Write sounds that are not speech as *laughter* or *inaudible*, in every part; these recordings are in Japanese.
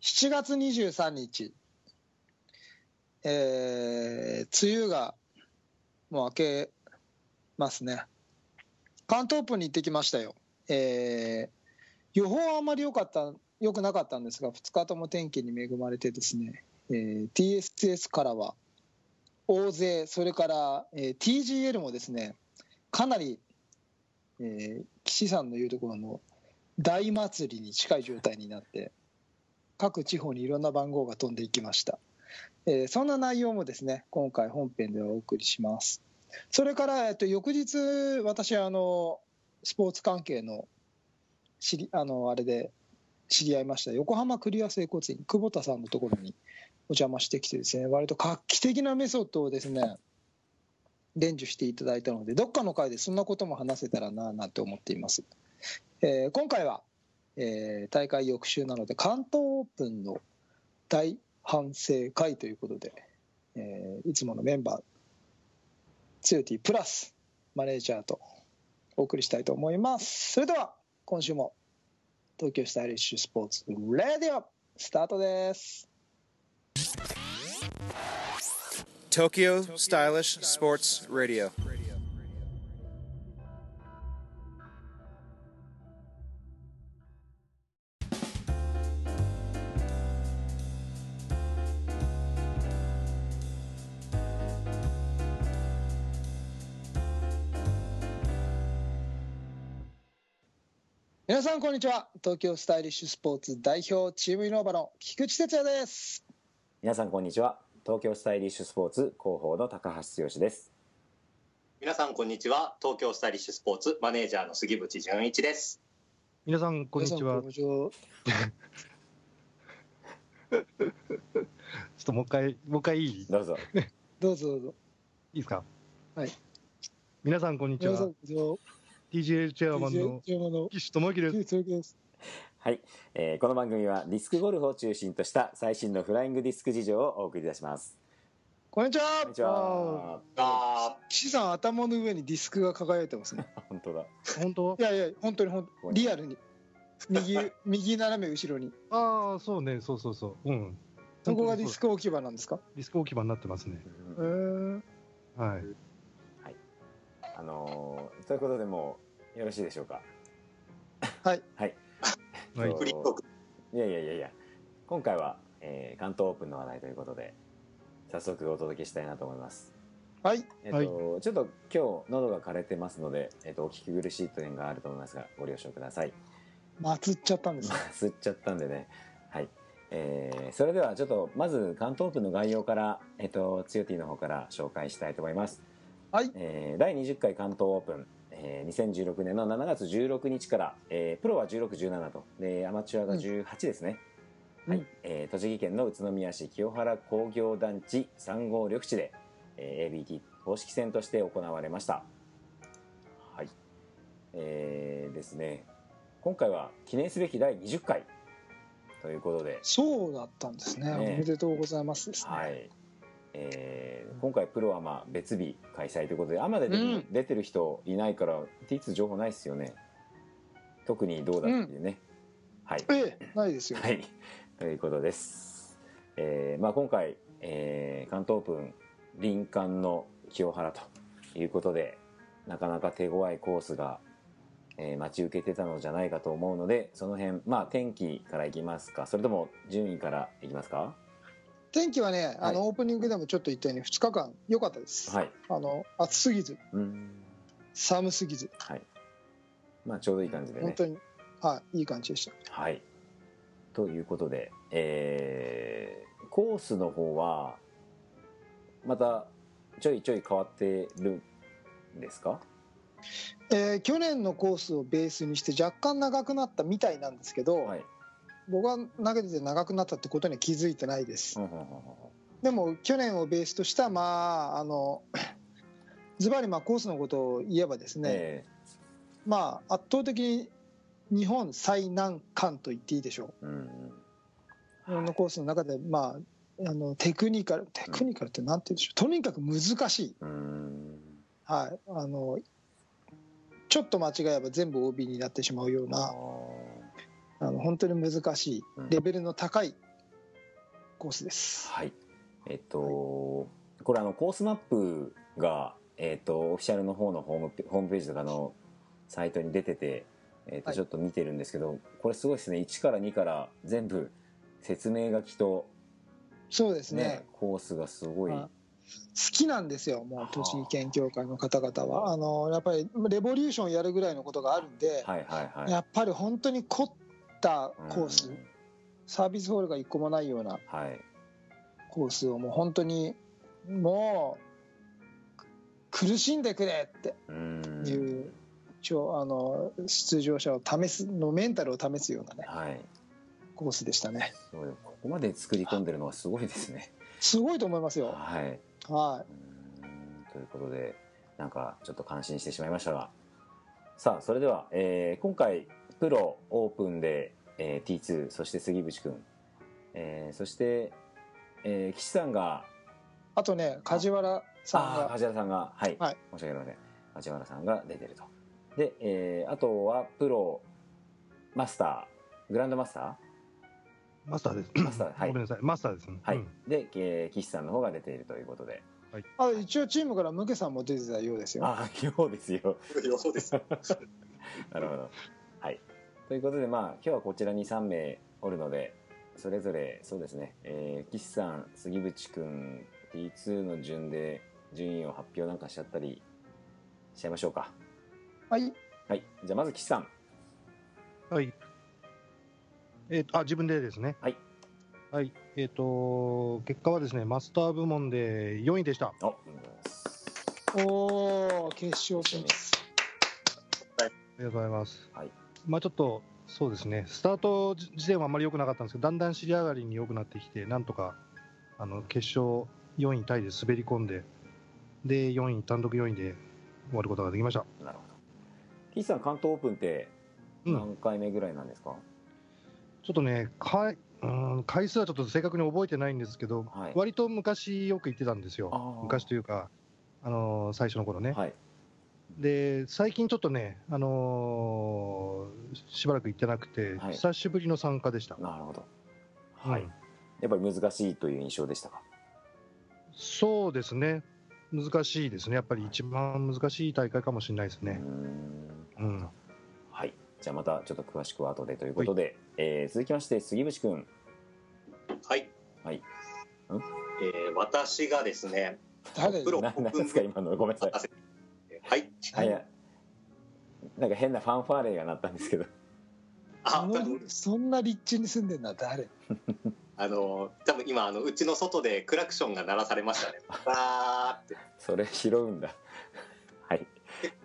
7月23日、えー、梅雨がもう明けますね。関東オープンに行ってきましたよ。えー、予報はあんまり良かった、良くなかったんですが、2日とも天気に恵まれてですね、えー、TSS からは大勢、それから、えー TGL もですね、かなり、えー岸さんの言うところの大祭りに近い状態になって、各地方にいろんな番号が飛んでいきました。えーそんな内容もですね、今回本編ではお送りします。それから、えっと、翌日、私、あの、スポーツ関係の、知り、あの、あれで知り合いました、横浜クリア整骨院、久保田さんのところにお邪魔してきてですね、割と画期的なメソッドをですね、伝授していただいたので、どっかの回でそんなことも話せたらな、なんて思っています。えー今回は、えー大会翌週なので、関東オープンの大反省会ということで、えーいつものメンバー、ツヨティプラスマネージャーとお送りしたいと思います。それでは今週も東京スタイリッシュスポーツレディオスタートです。 Tokyo Stylish Sports Radio. 皆さんこんにちは。東京スタイリッシュスポーツ代表チームイノーバの菊池哲也です。皆さんこんにちは東京スタイリッシュスポーツ広報の高橋剛です皆さんこんにちは東京スタイリッシュスポーツマネージャーの杉渕純一です皆さんこんにちは。ちょ皆さんこんにちっともう一回もう一回いいいいどうぞどうぞどうぞ。ですか。はい。皆さんこんにち皆さんはこ。んにちは。 TGL チェアマン中の山の岸智之です。菊池哲也です。はい、えーこの番組はディスクゴルフを中心とした最新のフライングディスク事情をお送りいたしますこんにちこんはに。ちはあ岸さん頭の上にディスクが輝いて *laughs* ますね。本当だ本当い？やいや本当に本当リアルに *laughs* 右右斜め後ろにああそうねそうそうそう。うん。そこがディスクク置き場なんですか。ディスク置き場になってますね。へーはい。あのーということでもうよろしいでしょうかはいはいはいそーうフリートークいやいやいやいや今回は、えー関東オープンの話題ということで早速お届けしたいなと思いますはい。えっと、ちょっと今日喉が枯れてますので、えっと、お聞き苦しい点があると思いますがご了承くださいまつっちゃったんですね。 *laughs* 吸っちゃったんでねはい、えーそれではちょっとまず関東オープンの概要からえっとつよティの方から紹介したいと思いますはいえー第20回関東オープン、えー2016年の7月16日から、えープロは1617とでアマチュアが18ですね、うんはういんえー栃木県の宇都宮市清原工業団地3号緑地で、えー ABT 公式戦として行われましたはいえーですね今回は記念すべき第20回ということで、そうだったんですね。ねおめでとうございますですね。はいえー今回プロはまあ別日開催ということでアマで出,、うん出てる人いないから T2 情報ないですよね特にどうだっていうね、はい、ええ、ないですよ。はい、 *laughs* ということです、えーまあ、今回、えー関東オープン林間の清原ということでなかなか手強いコースが、えー待ち受けてたのじゃないかと思うのでその辺、まあ、天気からいきますかそれとも順位からいきますか天気はね、あはのオープニングでもちょっと言ったように2日間良かったです。はいあの暑すぎず、うん寒すぎず、まあちょうどいい感じで本ね。当にはいいい感じでした。はい。ということで、えーコースの方は、またちょいちょい変わってるんですかえー去年のコースをベースにして若干長くなったみたいなんですけど、はい。僕は投げてて長くなったってことには気づいてないです。うんうんうんうんでも去年をベースとしたまああの *laughs* ズバリまあコースのことを言えばですね、えまあ圧倒的に日本最難関と言っていいでしょーうんう。日本のコースの中でまああのテクニカルテクニカルってなんて言うんでしょう。とにかく難しい。うんうんはい。あのちょっと間違えば全部 OB になってしまうようあなあの本当に難しいうんレベルの高いコースです。はい。えっと、これあの、コースマップが、えっと、オフィシャルの方のホームペホームページとかのサイトに出てて、えっと、はいちょっと見てるんですけど、これすごいですね。1から2から全部説明書きと、そうですね。ね、コースがすごい。はい好きなんですよ、もう栃木県協会の方々は。あのやっぱりレボリューションやるぐらいのことがあるんで、はいはいやはっぱり本当に凝ったい。コース、うんサービスホールが一個もないようなはい。コースをもう本当にもうく苦しんでくれってういん。う、一応あの出場者を試すのメンタルを試すようなねはい。コースでしたね。すごいここまで作り込んでるのはすごいですね。すごいと思いますよ。はい。はうーんということでなんかちょっと感心してしまいましたがさあそれでは、えー今回プロオープンで、えー T2 そして杉渕君、えーそして、えー岸さんがい。あとね梶原さんあーが梶原さんがはい、はい申し訳ありません梶原さんが出てるとで、えーあとはプロマスターグランドマスターマスターです。マスターはいごめんなさい。マスターです。はい、うんで、えー岸さんの方が出ているということであ一応チームからムケさんも出てたようですよ。ああようですよ予想です。なるほど。はい。ということで、まあ、今日はこちらに3名おるので、それぞれ、そうですね、えー、岸さん、杉渕くん、T2 の順で順位を発表なんかしちゃったりしちゃいましょうか。はい。はい。じゃあ、まず岸さん。はい。えっ、と、あ、自分でですね。はい。はい。えっ、と、結果はですね、マスター部門で4位でした。お、ありがとうございます。おお決勝進出。ありがとうございます。はいまあちょっと、そうですね、スタート時点はあまり良くなかったんですけど、だんだん尻上がりに良くなってきて、なんとか、あの、決勝4位タイで滑り込んで、で、4位、単独4位で終わることができました。なるほど。岸さん、関東オープンってうん何回目ぐらいなんですか、ちょっとね、かいうん回数はちょっと正確に覚えてないんですけど、はい割と昔よく行ってたんですあよー。昔というか、あのー最初の頃ね。はい。で、最近ちょっとね、あのーしばらく行ってなくて、はい久しぶりの参加でした。なるほど。はい。うんやっぱり難しいという印象でしたかそうですね。難しいですね。やっぱり一番難しい大会かもしれないですうーね。ん。うん。はい。じゃあまたちょっと詳しくは後でということで、えー続きまして杉渕くん。はい。はいんえー私がですね、誰ですプロななんですか今のごめんなさい。はい。はいや。なんか変なファンファーレが鳴ったんですけど。 *laughs* あ、そ多の分そんな立地に住んでるのは誰あの多分今あのうちの外でクラクションが鳴らされましたね。バーってそれ拾うんだ。はい。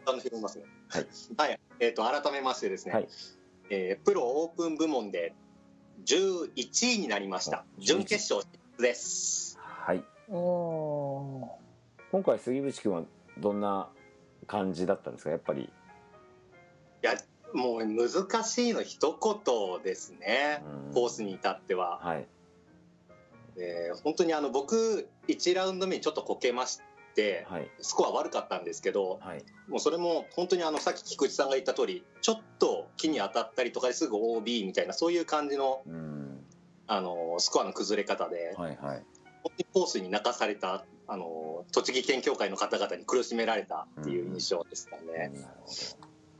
楽しみますね。はい。はい。えっ、と改めましてですね。はいえープロオープン部門で11位になりました。お11準決勝進出です。はい。お今回杉渕くんはどんな感じだったんですかやっぱり。いやもう難しいの一言ですね。うんコースに至っては、はい。えー本当にあの僕1ラウンド目にちょっとこけまして、はい。スコア悪かったんですけど、はい。もうそれも本当にあのさっき菊池さんが言った通り、ちょっと木に当たったりとかですぐ OB みたいな、そういう感じのうーん。あのスコアの崩れ方で、はいはい。本当にコースに泣かされたあの、栃木県協会の方々に苦しめられたっていう印象でしたなねる。ほ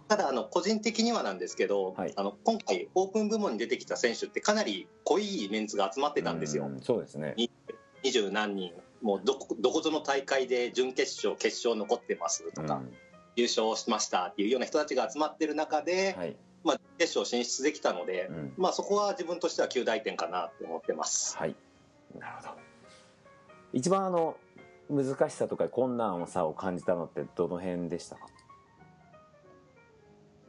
ただあの、個人的にはなんですけど、はいあの今回、オープン部門に出てきた選手って、かなり濃いメンツが集まっど。てたんですよう。ー。そうですね。二十何人、もうどこどこぞの大会で準決勝、決勝残ってますとか、うん優勝しましたっていうような人たちが集まってる中で、はい。まあ、決勝進出できたのでう、ん。まあ、そこは自分としては9大点かなと思ってます。はい。なるほど。一番あの、難しさとか困難さを感じたのってどの辺でしたか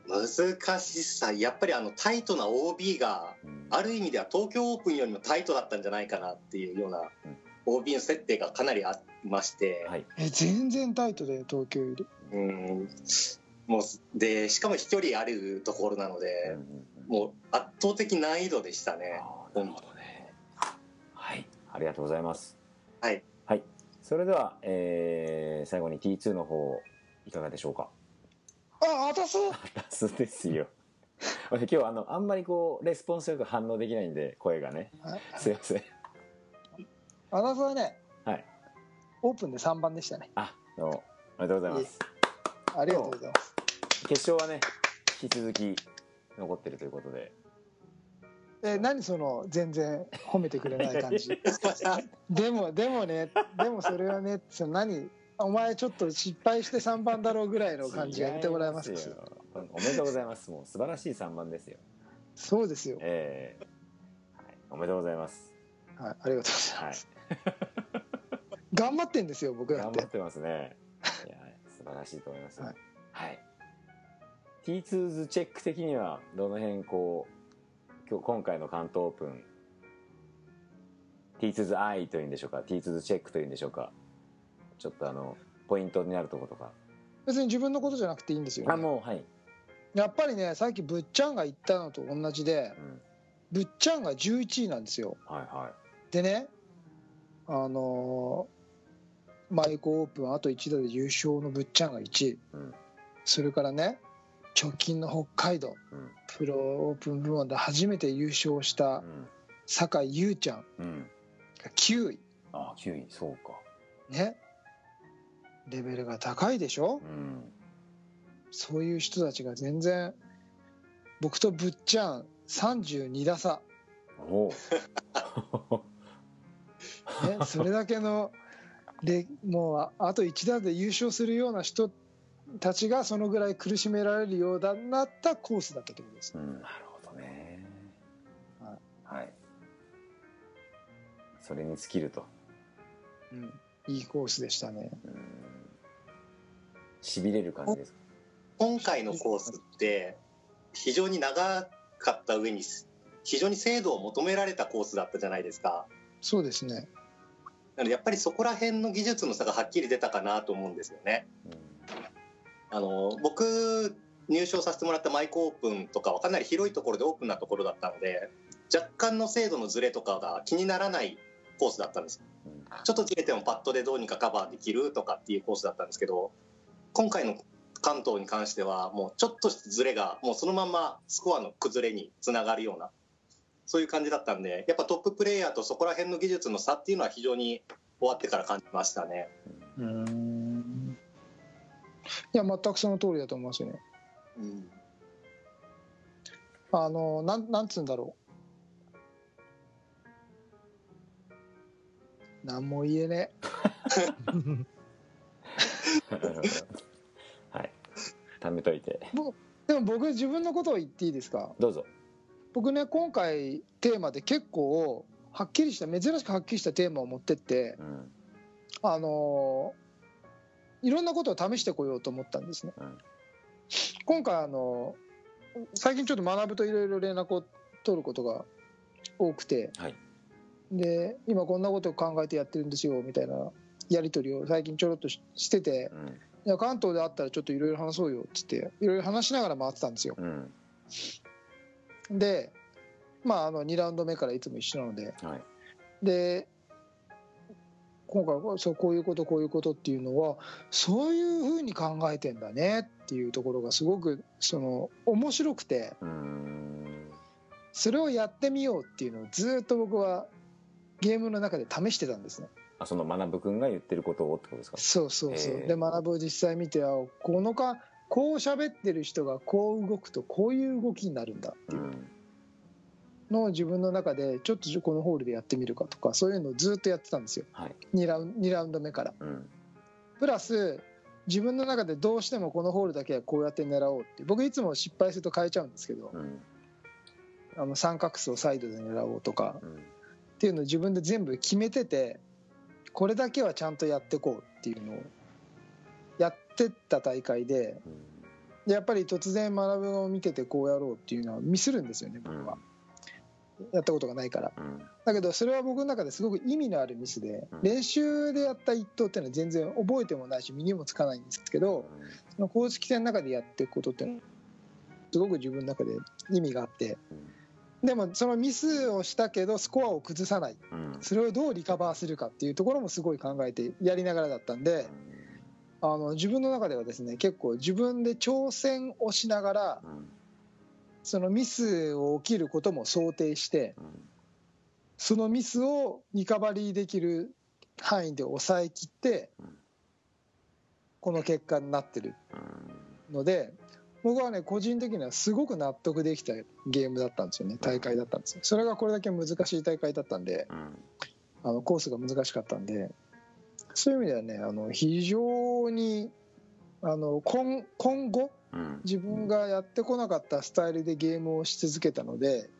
難しさ、やっぱりあのタイトな OB が、ある意味では東京オープンよりもタイトだったんじゃないかなっていうようなうん OB の設定がかなりありまして、はい。ーえ全然タイトだよ東京よりうんもうでしかも飛距離あるところなのうんうで、んうんもう圧倒的難易度でしたね。あーなるほどね。はい。ありがとうございます。はい。はい。それでは、えー最後に T2 の方、いかがでしょうか *laughs* あ渡すラスです *laughs* よ。今日あの、あんまりこう、レスポンスよく反応できないんで、声がね。はいすいません。私はね、はい、オープンで3番でしたね。あ、どうも。ありがとうございます。ありがとうございます。決勝はね、引き続き残ってるということで。え、何その、全然褒めてくれない感 *laughs* じ。でも、でもね、でもそれはね、その何、お前ちょっと失敗して3番だろうぐらいの感じやめてもらえます違かいよおめでとうございます。もう素晴らしい3番ですよ。そうですよ。ええはい。おめでとうございます。はい、ありがとうございはまいす。。頑張ってんですよ、僕だっ頑張てっ。てますね。いや、素晴らしいと思いますよ。はいはい。T2 ズチェック的には、どの辺こう、今日、今回の関東オープン、T2 ズアイというんでしょうか、T2 ズチェックというんでしょうか、ちょっとあの、ポイントになるところとか。別に自分のことじゃなくていいんですよ、あ、もう、はい。やっぱりね、さっきぶっちゃんが言ったのと同じでう、ん。ぶっちゃんが11位なんですよ。はいはでね、あのーマイコオープンあと1打で優勝のぶっちゃんが1位、うんそれからね直近の北海道い。うん。プロオープン部門で初めて優勝したうん。酒井優ちゃんうん。が9位あ、9位、そうか。ねレベルが高いでしょうん。そういう人たちが全然僕とぶっちゃん32打差、 *laughs* おお。ね、それだけのでもうあと1打で優勝するような人たちがそのぐらい苦しめられるようだなったコースだったってことですうん、なるほどね。。はいそれに尽きると。いいコースでしたねしびれる感じですか。今回のコースって非常に長かった上に非常に精度を求められたコースだったじゃないですか。そうですねなのでやっぱりそこら辺の技術の差がはっきり出たかなと思うんですよね。あの僕入賞させてもらったマイクオープンとかはかなり広いところでオープンなところだったので若干の精度のズレとかが気にならないコースだったんですうんちょっとずれてもパッドでどうにかカバーできるとかっていうコースだったんですけど今回の関東に関してはもうちょっとしたズレがもうそのままスコアの崩れにつながるようなそういう感じだったんでやっぱトッププレーヤーとそこら辺の技術の差っていうのは非常に終わってから感じましたね。うんいや全くその通りだと思いますよねうんあのなんなんつうんだろうなんも言えねえ *laughs* はい。貯めといて。でも僕自分のことを言っていいですかどうぞ。僕ね今回テーマで結構はっきりした珍しくはっきりしたテーマを持ってってうん。あのーいろんなことを試してこようと思ったんですね、うん今回あのー最近ちょっと学ぶといろいろ連絡を取ることが多くて、はいで今こんなことを考えてやってるんですよみたいなやり取りを最近ちょろっとししててうん。いや関東で会ったらちょっといろいろ話そうよっつっていろいろ話しながら回ってたんですようん。でまああの2ラウンド目からいつも一緒なのではい。で今回はそうこういうことこういうことっていうのはそういうふうに考えてんだねっていうところがすごくその面白くてうーん。それをやってみようっていうのをずっと僕はゲームの中で試してたんですねあ、その学ぶくんが言ってることをってことですか。そうそうそうへえで学ぶを実際見てあこのかこう喋ってる人がこう動くとこういう動きになるんだってう。いうんのを自分の中でちょっとこのホールでやってみるかとかそういうのをずっとやってたんですよはい。 2ラウン ,2 ラウンド目から。うん。プラス自分の中でどうしてもこのホールだけはこうやって狙おうって僕いつも失敗すると変えちゃうんですけどうん。あの三角数をサイドで狙おうとかうん。っていうのを自分で全部決めててこれだけはちゃんとやってこうっていうのをやってった大会でうんでやっぱり突然学ぶのを見ててこうやろうっていうのはミスるんですよねう僕んはやったことがないからうん。だけどそれは僕の中ですごく意味のあるミスでうん練習でやった一投っていうのは全然覚えてもないし身にもつかないんですけど、その公式戦の中でやっていくことっていうのはすごく自分の中で意味があってでもそのミスをしたけどスコアを崩さないうん。それをどうリカバーするかっていうところもすごい考えてやりながらだったんであの自分の中ではですね結構自分で挑戦をしながらうん。そのミスを起きることも想定してうん。そのミスをリカバリーできる範囲で抑えきってこの結果になってるうんので僕はね個人的にはすごく納得できたゲームだったんですよね大会だったんですよそれがこれだけ難しい大会だったんでうんあのコースが難しかったんでそういう意味ではねあの非常にあの今今後うん自分がやってこなかったスタイルでゲームをし続けたので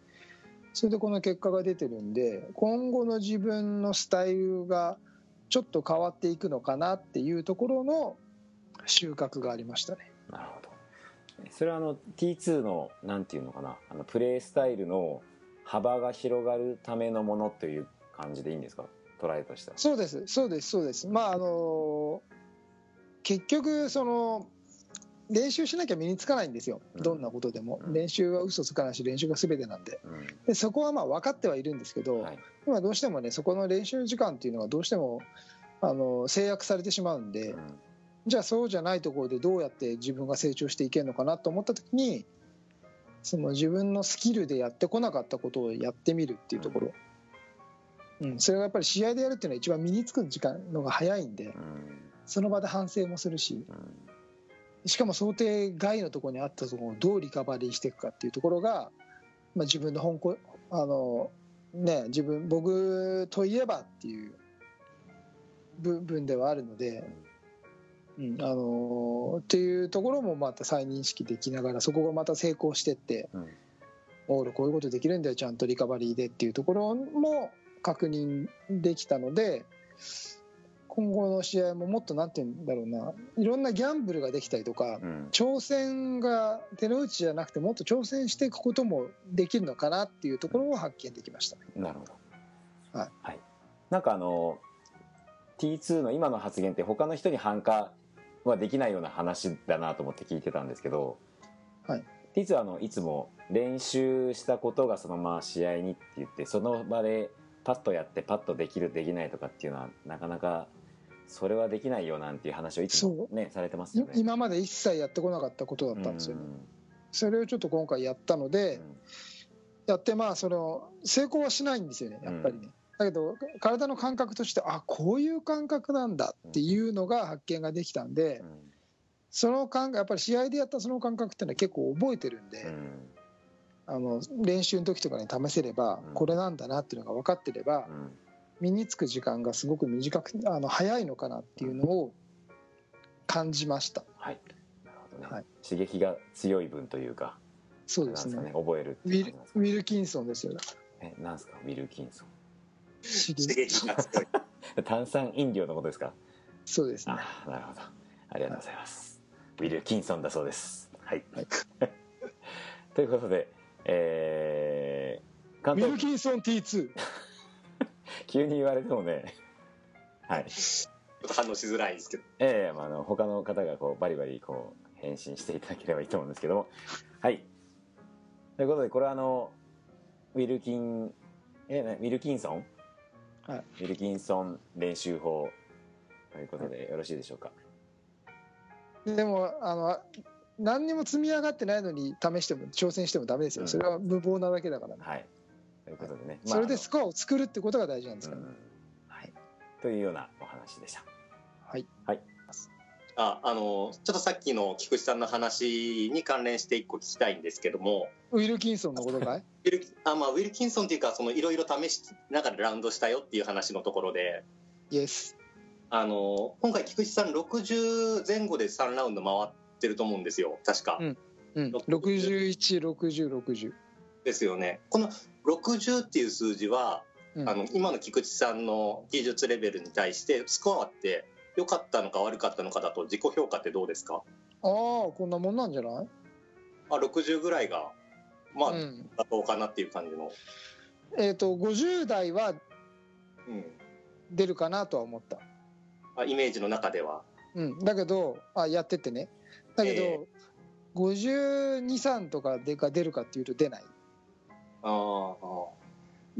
それでこの結果が出てるんで今後の自分のスタイルがちょっと変わっていくのかなっていうところの収穫がありましたね。なるほどそれはあの T2 のなんていうのかなあのプレースタイルの幅が広がるためのものという感じでいいんですか捉えとしてはそうです、そうです、そうです。まあ、あの結局、その、練習しなきゃ身につかないんですよ。うんどんなことでも。うん練習は嘘つかないし、練習が全てなんで。Mm. うでそこはまあ分かってはいるんですけど、んはい今どうしてもね、そこの練習時間っていうのはどうしても、あの制約されてしまうんで、うん Mm, じゃあそうじゃないところでどうやって自分が成長していけるのかなと思った時に、その自分のスキルでやってこなかったことをやってみるっていうところ。うん、それがやっぱり試合でやるっていうのは一番身につく時間のが早いんでう、mm, んその場で反省もするし、うんしかも想定外のところにあったところをどうリカバリーしていくかっていうところが、まあ、自分の本こあのね自分僕といえばっていう部分ではあるので、うん、あのっていうところもまた再認識できながらそこがまた成功してって、うんオールこういうことできるんだよちゃんとリカバリーでっていうところも確認できたので今後の試合ももっとなんて言うんだろうないろんなギャンブルができたりとか、うん挑戦が手の内じゃなくてもっと挑戦していくこともできるのかなっていうところを発見できましたね。なるほどはい、なんかあの T2 の今の発言って他の人に反価はできないような話だなと思って聞いてたんですけど、はい、 T2 はあのいつも練習したことがそのまま試合にって言ってその場でパッとやってパッとできるできないとかっていうのはなかなかそれはできないよなんていう話をいつもねされてますいよね。今まで一切やってこなかったことだったんですよね。それをちょっと今回やったので、うんやってまあその成功はしないんですよねやっぱりね、だけど体の感覚としてあこういう感覚なんだっていうのが発見ができたんで、うんその感覚やっぱり試合でやったその感覚っていうのは結構覚えてるんで、うんあの練習の時とかに試せればうんこれなんだなっていうのが分かってればうん身につく時間がすごく短くあの早いのかなっていうのを感じましたはい。なるほどね。はい刺激が強い分というか、そうなんでですすかねね、覚えるってウいィうル感じウィルキンソンですよだからなんですかね。え、なんですか、ウィルキンソ刺刺激激が強い。ン。炭酸飲料のことですか。そうですねあー、なるほど。ありがとうございます。ウィルキンソンだそうです。はい。 *laughs* ということで、えー、ウィ関ル東キンソン T2 急に言われてもね、はい。ちょっと反応しづらいですけど。ええまあ、あの他の方がこうバリバリこう返信していただければいいと思うんですけどもはいということでこれはあのウィルキンえねウィルキンソン、はい、ウィルキンソン練習法ということでよろしいでしょうか、でもあの何にも積み上がってないのに試しても挑戦してもダメですうよんそれは無謀なだけだから、ねはいということでね、それであスコアを作るってことが大事なんですのかうら、ねんはい、というようなお話でしたはいあ、あの、ちょっとさっきの菊池さんの話に関連して一個聞きたいんですけども、ウィルキンソンのことかいウィルあまあ、ウィルキンソンっていうか、そのいろいろ試しながらラウンドしたよっていう話のところで、イエスあの、今回菊池さん60前後で3ラウンド回ってると思うんですよ、確か。うん616060ですよね。この60っていう数字は、うんあの今の菊池さんの技術レベルに対してスコアって良かったのか悪かったのかだと自己評価ってどうですかああこんなもんなんじゃない、あ60ぐらいがまあうん、妥当かなっていう感じの、えっ、と50代はうん出るかなとは思った、あ、イメージの中では。うん、だけどあやってってねだけど、え523とかでか出るかっていうと出ないあーあー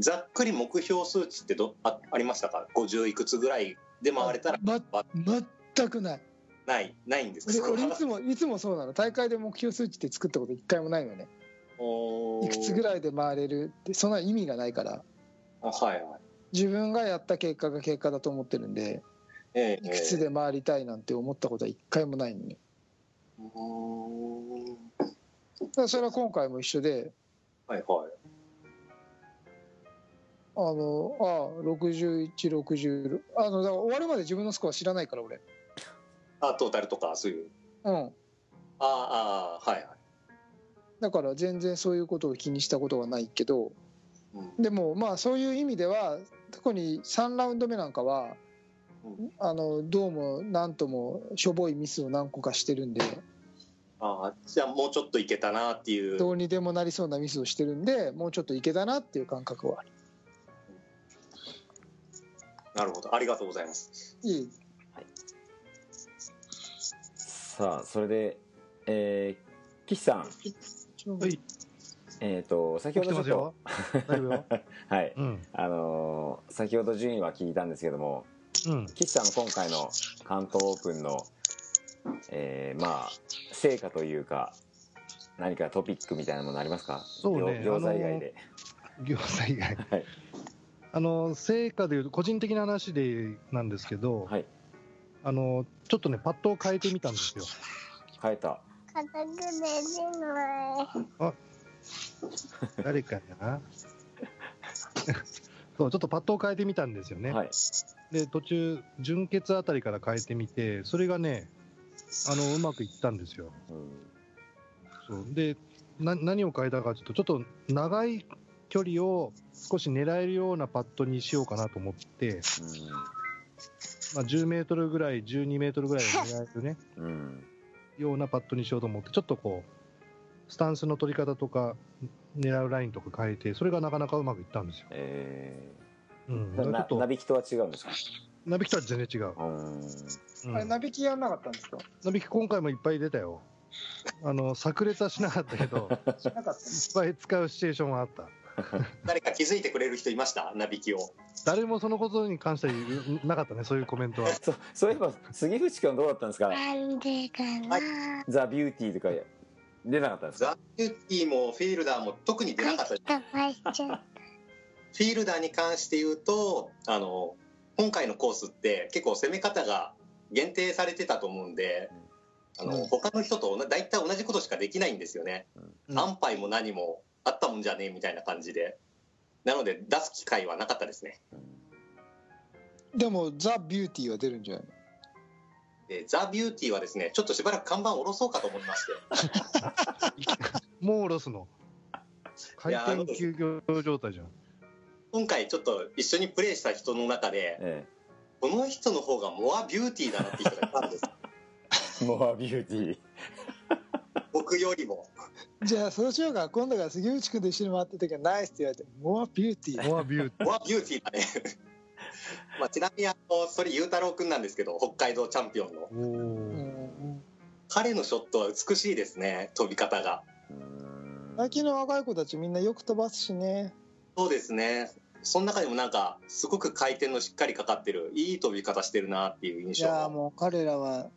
ざっくり目標数値ってどあありましたか50いくつぐらいで回れたらま全くないないないんですかでそこは俺いつもいつもそうなの大会で目標数値って作ったこと一回もないのねおーいくつぐらいで回れるってそんな意味がないからあはいはい。自分がやった結果が結果だと思ってるんでええいくつで回りたいなんて思ったことは一回もないのにうーんだからそれは今回も一緒ではいはい。あのああ6160あのだから終わるまで自分のスコア知らないから俺あ、トータルとか、そういう。うんああ、はいはい。だから全然そういうことを気にしたことはないけどうんでもまあそういう意味では特に3ラウンド目なんかはうんあのどうもなんともしょぼいミスを何個かしてるんでああ、じゃあもうちょっといけたなっていう。どうにでもなりそうなミスをしてるんでもうちょっといけたなっていう感覚はあるなるほど。ありがとうございます。いいさあそれで、えー、岸さん、 *laughs* はい、えー、と先来ほてどちょまっすとよ。大丈夫よ。はいうん。あのー先ほど順位は聞いたんですけどもうん。岸さんの今回の関東オープンの、えーまあ成果というか何かトピックみたいなものありますかそうね餃餃子以外で、行政以外。はいあの、成果でいうと、個人的な話でなんですけど、はいあの、ちょっとね、パッドを変えてみたんですよ。変えた硬くできない。誰かな *laughs* そう、ちょっとパッドを変えてみたんですよね。はいで、途中、純血あたりから変えてみて、それがね、あの、うまくいったんですよ。うんそうでな何を変えたかというとちょっと長い距離を少し狙えるようなパットにしようかなと思って、まあ、10メートルぐらい12メートルぐらいを狙えるねうんうんようなパットにしようと思ってちょっとこうスタンスの取り方とか狙うラインとか変えてそれがなかなかうまくいったんですよ、えうん、だー、かならちょっとなびきとは違うんですかなびきとは全然違う、うんうんあれなびきやんなかったんですかなびき今回もいっぱい出たよあの炸裂はしなかったけどいっしなかったぱい使うシチュエーションはあった誰か気づいてくれる人いましたナビキを。誰もそのことに関しては言うなかったねそういうコメントはそそういえば杉口君どうだったんですかなんでかな。ザ・ビューティーとか出なかったんですかザ・ビューティーもフィールダーも特に出なかった。フ飛ばしちゃっィールダーに関して言うと、あの、今回のコースって結構攻め方が限定されてたと思うんで、あの、うん他の人と同じ大体同じことしかできないんですよね。うん安牌も何もあったもんじゃねえみたいな感じで。なので出す機会はなかったですね。でもザ・ビューティーは出るんじゃないでザ・ビューティーはですね、ちょっとしばらく看板を下ろそうかと思いまして。もう下ろすの回いやあの転休業状態じゃん今回ちょっと一緒にプレイした人の中で、えこの人の方がモアビューティーだなって人がいたんです。えモアビューティー僕よりも。のじゃあそうしようか今度から杉内君と一緒に回った時はナイスって言われて「モア・ビューティー」モアビ *laughs* ューモアビューティーだね。 *laughs* まあ、ちなみにあの、それ、ゆうたろうくんなんですけど、北海道チャンピオンの。おおうーん彼のショットは美しいですね、飛び方が。うん最近の若い子たちみんなよく飛ばすしねそうですね。その中でもなんか、すごく回転のしっかりかかってる、いい飛び方してるなっていうい印象やがー。もう彼らは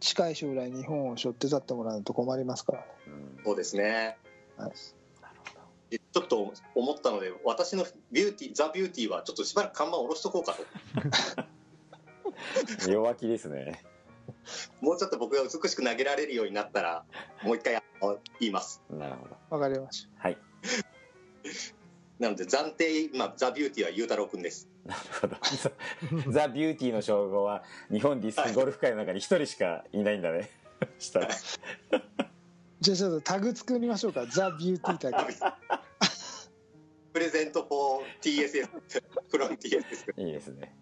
近い将来日本を背負って立ってもらうと困りますからね、うんそうですね。はいなるほどでちょっと思ったので、私のビューティー、ザ・ビューティーはちょっとしばらく看板を下ろしとこうかと。弱気ですね。もうちょっと僕が美しく投げられるようになったら、もう一回あの言います。なるほど。わかりましたはい。なので暫定、まあ、ザ・ビューティーはゆうたろうくんです。なるほど。ザ・ビューティーの称号は日本ディスクゴルフ界の中に一人しかいないんだね。したら。じゃあちょっとタグ作りましょうかザ・ビューティータグプレゼント for TSS、フ *laughs* ロン TSS。いいですね。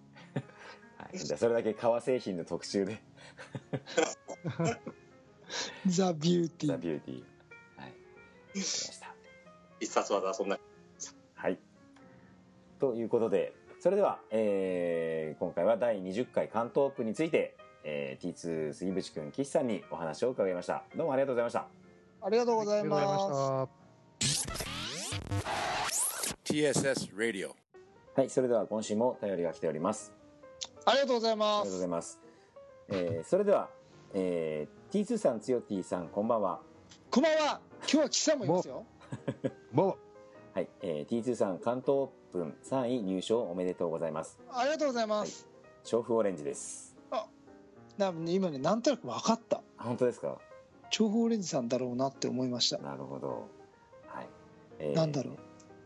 はい、じゃあそれだけ革製品の特集で、ザ・ビューティザ・ービューティー。はい。わかりました。必殺技はそんな。はい。ということで、それでは、えー今回は第20回関東オープンについて、えー T2 杉渕くん、岸さんにお話を伺いました。どうもありがとうございました。ありがとうござあいりがとうございますました TSS Radio. はい、それでは今週も頼りが来ております。ありがとうございありがまとうごすざいます。えーそれでは、えー、T2 さん、つよ T さん、こんばんは。こんばんは今日は岸さんもいますよもはい、えー、T2 さん関東オープン3位入賞おめでとうございますありがとうございます。調布オレンジですな今ね、なんとなく分かった。あ本当ですか長方オレンジさんだろうなって思いました。なるほどはい、えなんだろう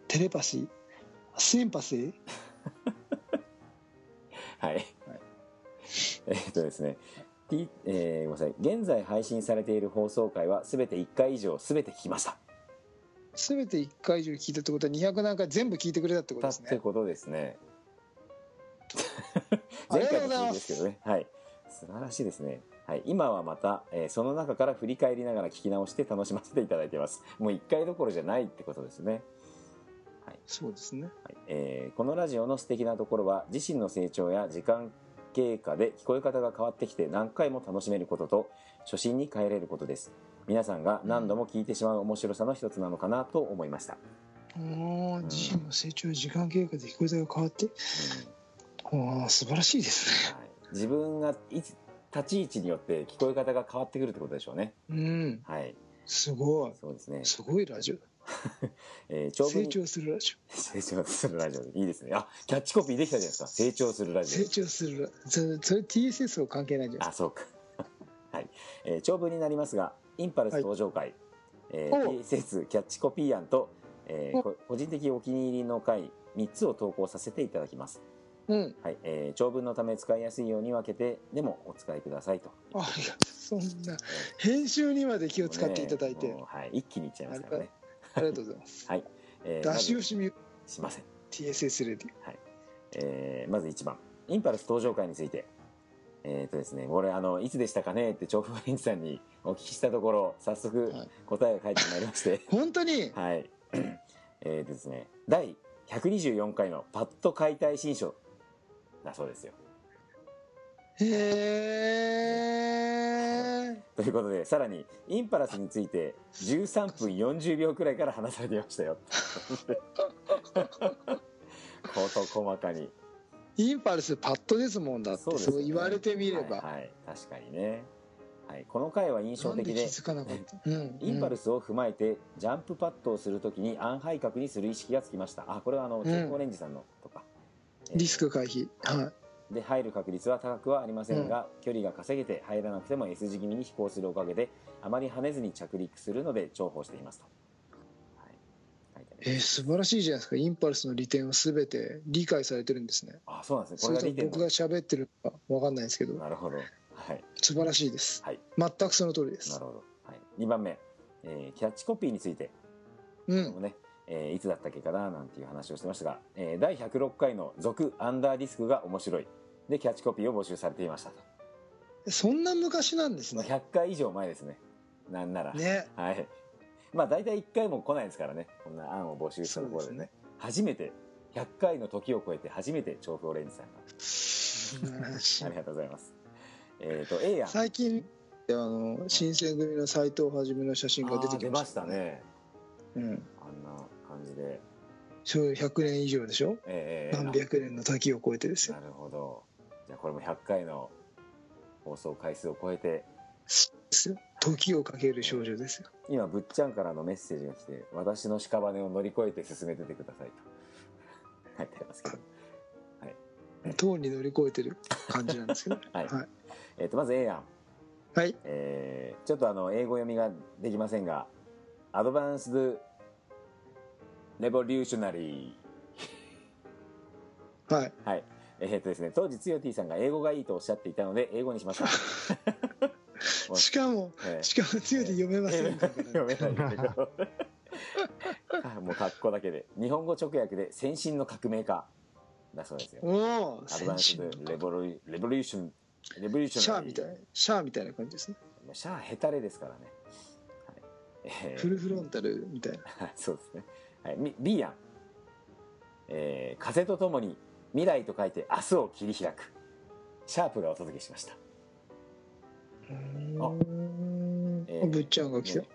テレパシー、シンパシー、はい、 *laughs* えーっとですね T えー、ごめんなさい現在配信されている放送回は全て1回以上全て聞きましたすべて1回以上聞いたってことは200何回全部聞いてくれたってことだでっすてね。ことです *laughs* ね。ありがとうもございいまいすですけどね。はい。素晴らしいですね。はい。今はまた、えーその中から振り返りながら聞き直して楽しませていただいています。もう一回どころじゃないってことですね。そうですね。はいえーこのラジオの素敵なところは自身の成長や時間経過で聞こえ方が変わってきて何回も楽しめることと初心に帰れることです皆さんが何度も聞いてしまう面白さの一つなのかなと思いました、おーん自身の成長や時間経過で聞こえ方が変わって、おー素晴らしいですね。はい、自分がいつ立ち位置によって聞こえ方が変わってくるってことで *laughs* しょうねうん、はいすごい。そうですね、すごいラジオ。えー長文成に長するラジオ。成長するラジオいいですねあキャッチコピーできたじゃないですか成長するラジオ成長するラそれそれ TSS は関係ないじゃないあそうか *laughs* はい、えー長文になりますがインパルス登場会、えおー TSS キャッチコピー案と、えーおこ個人的お気に入りの回3つを投稿させていただきます、うん。はいえー長文のため使いやすいように分けてでもお使いくださいとあいやそんな編集にまで気を使っていただいて、もうねもうはい、一気にいっちゃいますからねありがとうございます。はい、えー出し惜しみまずすいません TSS レディ。えーまず1番インパルス登場会についてえっ、とですねこれあのいつでしたかねって調布マリンさんにお聞きしたところ早速はい答えが返ってまいりま *laughs* して本当にはい、えーとですね第124回のパッド解体新書だそうですよへえ。ということでさらにインパラスについて13分40秒くらいから話されていま *laughs* したよこと細かにインパルスパッドですもんだってそう,、ですよね言われてみれば、はいはい確かにね、はい、この回は印象なん的でで気づかなかった、うんインパルス、スを踏まえてジャンプパッドをするときに安配角にする意識がつきましたあこれはあのんチェックオレンジさんのとか、えーリスク回避はいで入る確率は高くはありませんが、距離が稼げて入らなくても S 字気味に飛行するおかげであまり跳ねずに着陸するので重宝していますと、はい書いてあえりー、ます素晴らしいじゃないですかインパルスの利点を全て理解されてるんですねあそうなんですそねれことれもが僕が利点喋ってるのか分かんないですけどなるほどはい素晴らしいですはい全くその通りでなするほど、はい、2番目、えーキャッチコピーについてうもんね、えーいつだったっけかななんていう話をしてましたが、えー第106回の「続アンダーディスクが面白い」でキャッチコピーを募集されていましたとそんな昔なんですまあね100回以上前ですねなんなら、ねはいまあ大体1回も来ないですからねこんな案を募集したところそでねうですね初めて100回の時を超えて初めて調布オレンジさんが素晴らしい *laughs* ありがとうございますえっ、と A 案最近あの新選組の斎藤はじめの写真が出てあーき出ままししたたねうん、あんな感じで、それ100年以上でしょえー何百年の滝を越えてですよなるほどじゃあこれも100回の放送回数を超えてですよ時をかける少女ですよ今ぶっちゃんからのメッセージが来て「私の屍を乗り越えて進めててください」と書いてありますけど、塔に乗り越えてる感じなんですけど *laughs* はいはいえー、とまず A 案、はいえーちょっとあの英語読みができませんが「アドバンスドレボリューショナリー」はいはいえーとですね、当時つよ T さんが英語がいいとおっしゃっていたので英語にしました、しかもえーしかも強いで読めませんから読めないんだけど *laughs* あもう格好だけで日本語直訳で先進の革命家だそうですよおおアドバ先ンス進のドレボリュレボリューションレボリューションシャアみたいなシャアみたいな感じですねシャアヘタレですからね、はいえーフルフロンタルみたいな *laughs* そうですね、はい、み B 案、えー風とともに未来と書いて明日を切り開くシャープがお届けしました、うーんえーぶっちゃんが来たね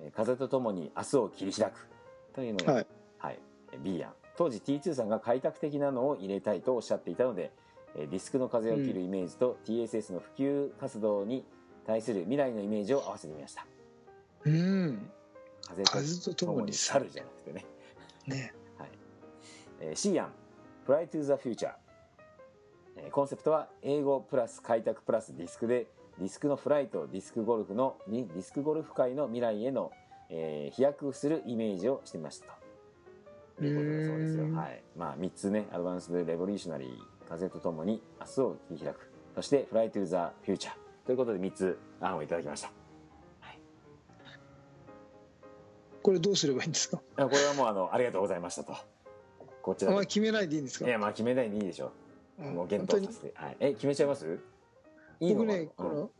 えー風とともに明日を切り開くというのが、ははいいえー B 案当時 T2 さんが開拓的なのを入れたいとおっしゃっていたのでえーディスクの風を切るイメージと TSS の普及活動に対する未来のイメージを合わせてみましたうん風風とともにとともに去るじゃなくてねね。えーシーアン、フライトゥーザフューチャー。えーコンセプトは英語プラス開拓プラスディスクで、ディスクのフライとディスクゴルフの、にディスクゴルフ界の未来への、えー飛躍するイメージをしてましたと。いうことだそうですへよ。ーはい。まあ、3つね、アドバンスドレボリューショナリー、風とともに明日を切り開く。そして、フライトゥーザフューチャー。ということで、3つ案をいただきました。これどうすればいいんですかあこれはもう、あの、ありがとうございましたと。こちあらんでまり決めないでいいんですかいや、まあ、決めないでいいでしょう。うんもう本検当討にさせて、はい、え決めちゃいますいいの僕かなね、こ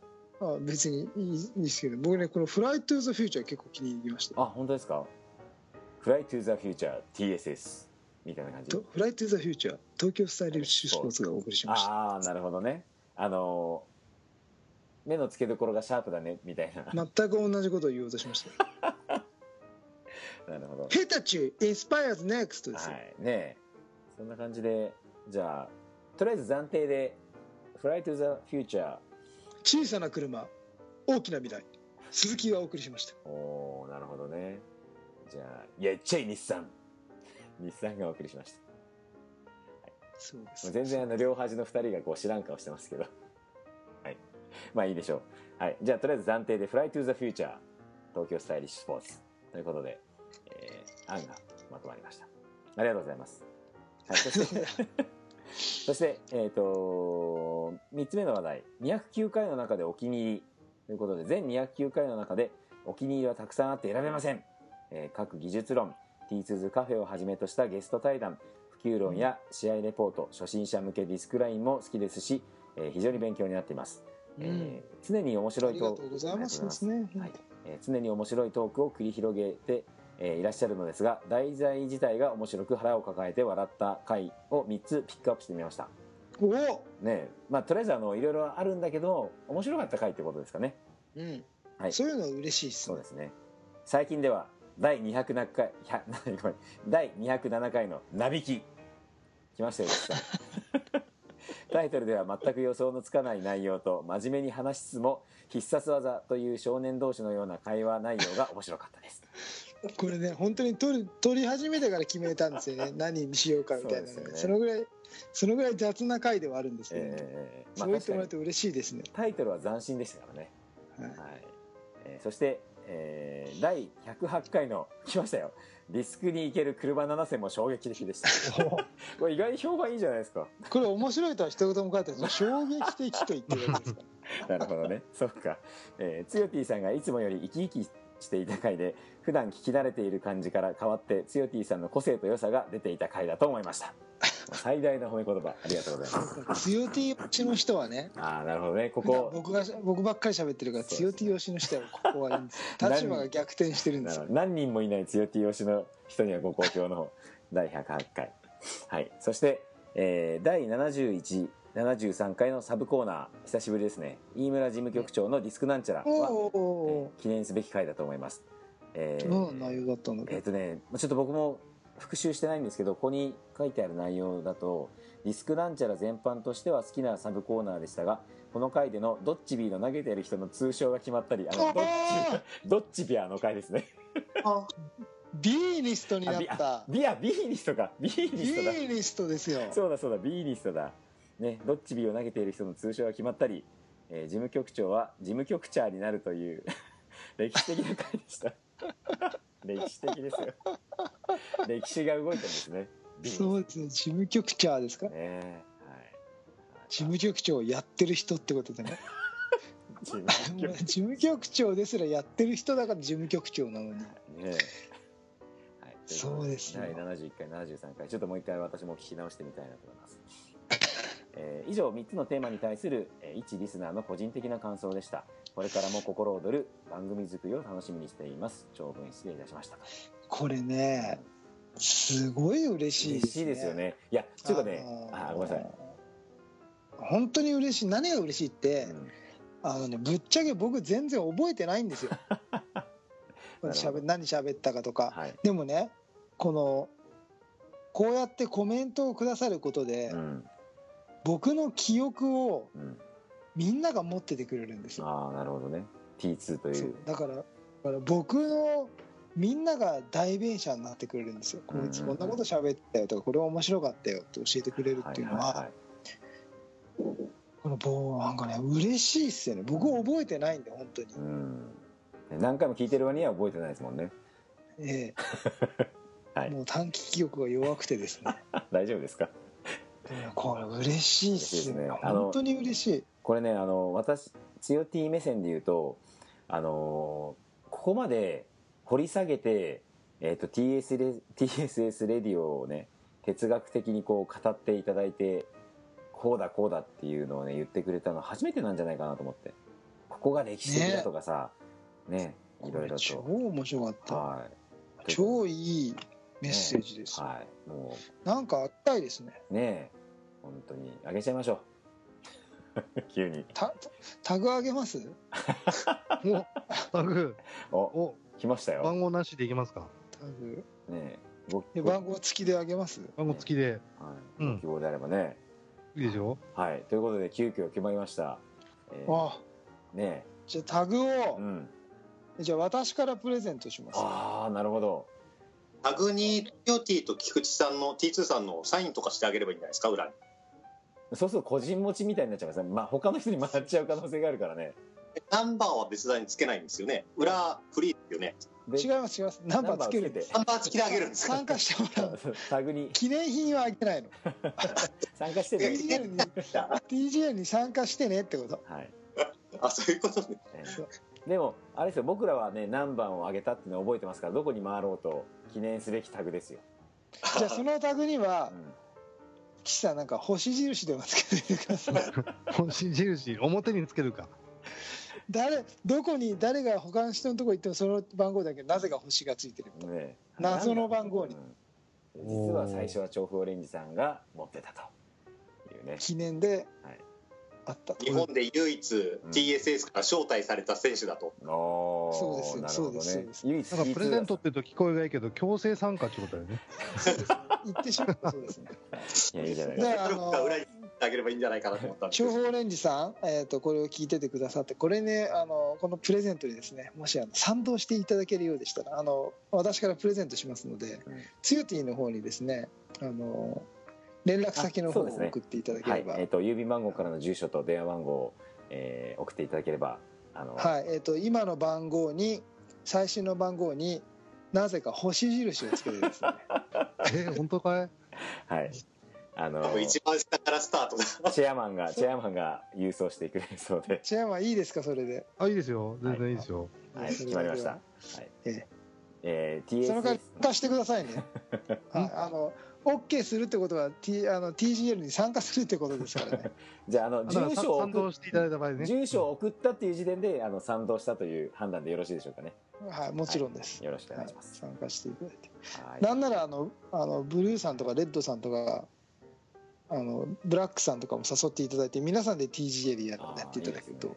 うんの、あ別にいいんですけど、僕ね、このフライトゥーザフューチャー結構気に入りました。あ本当ですか「Fly to the Future TSS」みたいな感じとフライトゥーザフューチャー、東京スタイリッシュスポーツがお送りしました。ああなるほどねあのー目の付けどころがシャープだねみたいな全く同じことを言おうとしました。なるほどフェタチュ、インスパイアズネクストですはよ。いねえそんな感じでじゃあとりあえず暫定で「Fly to the Future 小さな車、大きな未来、鈴木がお送りしました。」おおなるほどねじゃあ「やっちゃい日産」日産がお送りしましたそうでもうす。全然あの両端の2人がこう知らん顔してますけど *laughs* はいまあいいでしょう、はい、じゃあとりあえず暫定で「Fly to the Future 東京スタイリッシュスポーツ」ということで、えー案がまとまりましたありがとうございます、はい、そしてそしてえっ、と3つ目の話題209回の中でお気に入りということで全209回の中でお気に入りはたくさんあって選べません、えー各技術論 T2 カフェをはじめとしたゲスト対談普及論や試合レポート初心者向けディスクラインも好きですし、えー非常に勉強になっています、うんえー常に面白あいりとがとうございますですね。はいえー常に面白いトークを繰り広げて、えーいらっしゃるのですが題材自体が面白く腹を抱えて笑った回を3つピックアップしてみましたねおお、えまあとりあえずあのいろいろあるんだけど面白かった回ってことですかねうんはいそういうのは嬉しいですそうねで。すね最近では第207回いや *laughs* ごめん第207回の「なびき」来ましたよ吉さん *laughs* タイトルでは全く予想のつかない内容と真面目に話しつつも必殺技という少年同士のような会話内容が面白かっ *laughs* たですこれね、本当に撮り撮り始めてから決めたんです *laughs* よね。何にしようかみたいなそうのですよね。ねそのぐらい、そのぐらい雑な回ではあるんですけどね。えーまそあう言ってもらう確とか嬉しいですね。にタイトルは斬新でしたからね、はいはいえーそして、えー第108回の来ましたよディスクに行ける車7選も衝撃的でし *laughs* たこれ意外に評判いいじゃないですかこれ面白いとは一言も書いてない衝撃的と言ってるわけですか *laughs* なるほどね。そうか。えー、つよてぃさんがいつもより生き生きしていた回で、普段聞き慣れている感じから変わって、つよてぃさんの個性と良さが出ていた回だと思いました。最大の褒め言葉、ありがとうござい *laughs* ます。 *laughs* ら。強 T 推しの人はね、ああ、なるほどね。こ普段こ、僕が僕ばっかり喋ってるから、そうで強す T 推しの人はここはいいんです *laughs* よ。立場が逆転してるんでなするよほ。ど何人もいないつよてぃ推しの人にはご好評の第108回。はい。そして、えー、第71、73回のサブコーナー、久しぶりですね。飯村事務局長のディスクなんちゃらは、おお記念すべき回だと思います。えー、ーどんな内容だったんだろえっ、う。とね、まあちょっと僕も復習してないんですけど、ここに書いてある内容だと、ディスクなんちゃら全般としては好きなサブコーナーでしたが、この回でのドッチビーの投げてる人の通称が決まったり、あの、ドッあチ、ドッチビアの回ですね。 *laughs* あ、B リストになっあた。ビア、ビーリストか。ビーリ B ストだ。リストですよ。そうだそうだ、ビーリストだ。ね、ドッチビーを投げている人の通称が決まったり、えー事務局長は事務局長になるという *laughs* 歴史的な回で *laughs* した。歴史的ですよ。歴史が動いたんですね。ビーリストそうですね。事務局長ですかね。えはい。事務局長をやってる人ってことでね。事務局事務局長ですらやってる人だから事務局長なのに。ねえはい、 *laughs* そうですよはい、71回、73回、ちょっともう一回私も聞き直してみたいなと思います。 *laughs* えー以上3つのテーマに対する、えー一リスナーの個人的な感想でした。これからも心躍る番組作りを楽しみにしています。長文失礼いたしました。これね、すごい嬉しいです、ね。嬉しいですよ。ね。いや、ちょっとね、あのあ、ごめんなさい。。本当に嬉しい。何が嬉しいって、うんあのね、ぶっちゃけ僕全然覚えて *laughs* ないんですよ。ど喋何喋ったかとか。はい。でもね、この、こうやってコメントをくださることで、うん、僕の記憶をうん。みんなが持っててくれるんですよ。ああ、なるほどね。T2 といそうう。だからだから僕のみんなが代弁者になってくれるんですよ。こいつこんなこと喋ったよとか、これは面白かったよって教えてくれるっていうのは、いこの棒なんかね、嬉しいっすよね。僕覚えてないんで、本当に。うん何回も聞いてる割には覚えてないですもんねええはいもう短期記憶が弱くてですね。大丈夫ですかうんこれ嬉しいっす嬉しいですね。ねあの本当に嬉しい。これねあの私強 T 目線で言うとあのーここまで掘り下げて、えー、と TS レ TSS レディオをね哲学的にこう語っていただいてこうだこうだっていうのをね言ってくれたの初めてなんじゃないかなと思ってここが歴史的だとかさねいろいろ超と面白かった。はい超いいメッセージです。はいもなんかあったいですね。うね本当にあげちゃいましょう *laughs* 急にたタグ上げますおタグ、おお来ましたよ番号なしでいきますか。タグ。ねごえ番号付きで上げます番号付きで、はい、うんご希望であればね、いいですよ。はいということで急遽決まりました、えーあねじゃあタグえをう、んじゃあ私からプレゼントします。ああなるほどタグにティオティと菊池さんの T2 さんのサインとかしてあげればいいんじゃないですか裏にそうすると個人持ちみたいになっちゃいますねまあ他の人に回っちゃう可能性があるからねナンバーは別段につけないんですよね裏フリーですよねで *laughs* 違います違います。ナンバーつけるんです。ナンバー付きであげるんですか参加してもらう。タグに記念品はあげないの。参加してる TGL に TGL に参加してねってこと。はい、あそういうことねえそうえでもあれですよ僕らはね何番を上げたっていうのを覚えてますからどこに回ろうと記念すべきタグですよ、じゃあそのタグにはう、ん岸さんなんか星印でもつけてみてください。 *laughs* 星印、表につけるか。誰、どこに、誰が保管してのとこ行ってもその番号だけどなぜか星がついてるみたいな。ね、謎の番号にうん実は最初は調布オレンジさんが持ってたというね記念ではいあったと。日本で唯一 TSS から招待された選手だとおーそうですなるほどそうねです唯一なんかプレゼントっいて言うと聞こえがいいけど、強制参加ってこと *laughs* だよね。行ってしまうそうですね。やいいじゃないだですかかあらのが裏に行ってあげればいいんじゃないかなと思ったんですけ情 *laughs* ど報オレンジさん、えー、とこれを聞いててくださってこれねあのこのプレゼントにですねもしあの賛同していただけるようでしたらあの私からプレゼントしますので、うんツユティの方にですねあの連絡先の方あそうをですね送っていただけはれいば、えっと郵便番号からの住所と電話番号を、えー送っていただければあの、はいえー、と今の番号に最新の番号になぜか星印をつけてです *laughs* ねえ、本当かいはいあの多分一番下からスタートだチェアマンがチェアマンが郵送してくれるそうで、チェアマンいいですかそれで、あ、いいですよ。全然いいですよ。はい、決まりました、はいえええー、その代わ TSS り参加してください *laughs* ねはいあの OK するってことは、T、あの TGL に参加するってことですからね *laughs* じゃああのだから住さ所を賛送同っしていただいた場合ね。住所を送ったっていう時点であの賛同したという判断でよろしいでしょうかねはい、もちろんです。よろしくおは願いいします、参加していただいて。はいなんなら、あの、あの、ブルーさんとかレッドさんとか。あの、ブラックさんとかも誘っていただいて、皆さんで T. G. L. やるあーやっていただけるいいとで。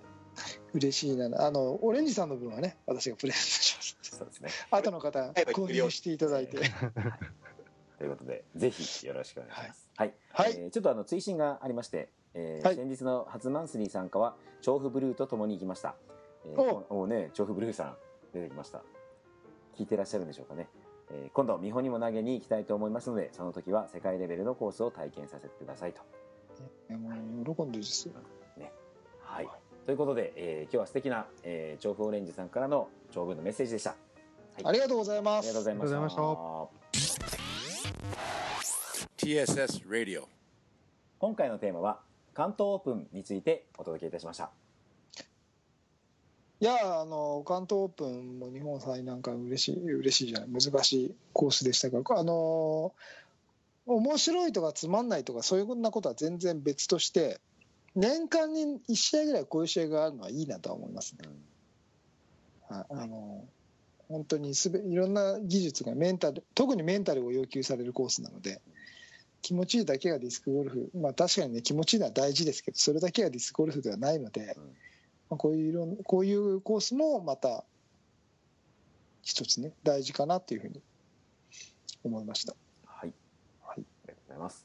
嬉しいな。あの、オレンジさんの分はね、私がプレゼントしま *laughs* す。すねそうですね後の方、購入していただいて。ということで、ぜひよろしくお願いします。はい。はいえーちょっとあの追伸がありまして、えーはい先日の初マンスリー参加は調布ブルーと共に行きました。えー、おおね調布ブルーさん出てきました。聞いてらっしゃるんでしょうかね。えー今度見本にも投げに行きたいと思いますので、その時は世界レベルのコースを体験させてくださいと。ねもう喜んでるですよ。はい。ということで、えー今日は素敵な、えー調布オレンジさんからの長文のメッセージでした。はいありがとうございまありがとうごす。ざいましありがとうた。 TSS Radio. 今回のテーマは関東オープンについてお届けいたしました。いや、あの、関東オープンも日本最難関嬉しい、嬉しいじゃない、難しいコースでしたが、あの。面白いとかつまんないとか、そういうふうなことは全然別として。年間に1試合ぐらいこういう試合があるのはいいなとは思いますね。うんああの本当にすべいろんな技術がメンタル特にメンタルを要求されるコースなので気持ちいいだけがディスクゴルフ、まあ、確かにね気持ちいいのは大事ですけどそれだけがディスクゴルフではないので、うんまあ、こういういろんこういうコースもまた一つね大事かなというふうに思いました。はい。はいありがとうございます。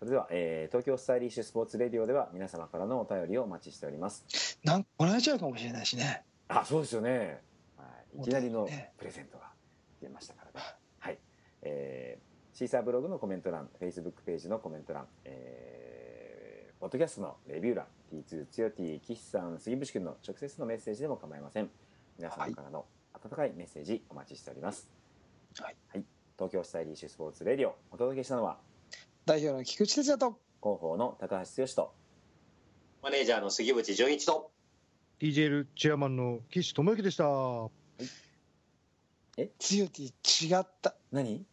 それでは、えー東京スタイリッシュスポーツレディオでは皆様からのお便りをお待ちしております。なんかもらえちゃうかもしれないしね。あ、そうですよね。はい、いきなりのねプレゼントがってましたからね。はい。えーシーサーブログのコメント欄、Facebook ページのコメント欄、えー、ポッドキャストのレビュー欄、T2 つよ T、岸さん、杉渕君の直接のメッセージでも構いません。皆様からの温かいメッセージお待ちしております。はい。東京スタイリッシュスポーツレディオ、お届けしたのは、代表の菊池哲也と広報の高橋剛と、マネージャーの杉渕純一と DJL チェアマンの岸智之でした。強ティ違った何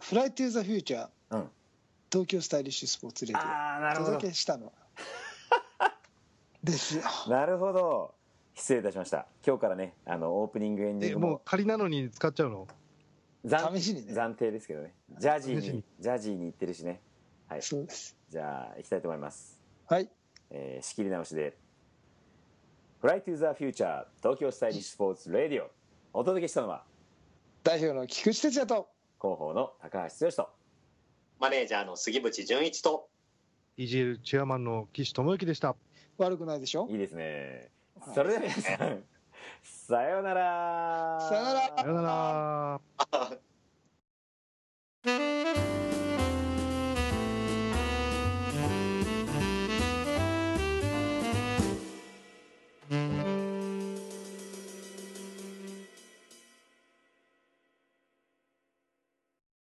フライトゥーザフューチャー、うん東京スタイリッシュスポーツレディオああ、なお届けしたのは *laughs* ですよなるほど。失礼いたしました。今日からね、あの、オープニングエンディンえ、グもうも仮なのに使っちゃうの暫試しにね暫定ですけどね。ジャージー試しにに、ジャージーに行ってるしね。はい。そうですじゃあ、行きたいと思います。はいえー仕切り直しで。Fly to the Future 東京スタイリッシュスポーツレディオ。お届けしたのは、代表の菊池哲也と広報の高橋剛と。マネージャーの杉渕純一と DJL チェアマンの岸智之でした。悪くないでしょいいですね。はいそれでは皆さん、さようなら。さよならさよなら。あ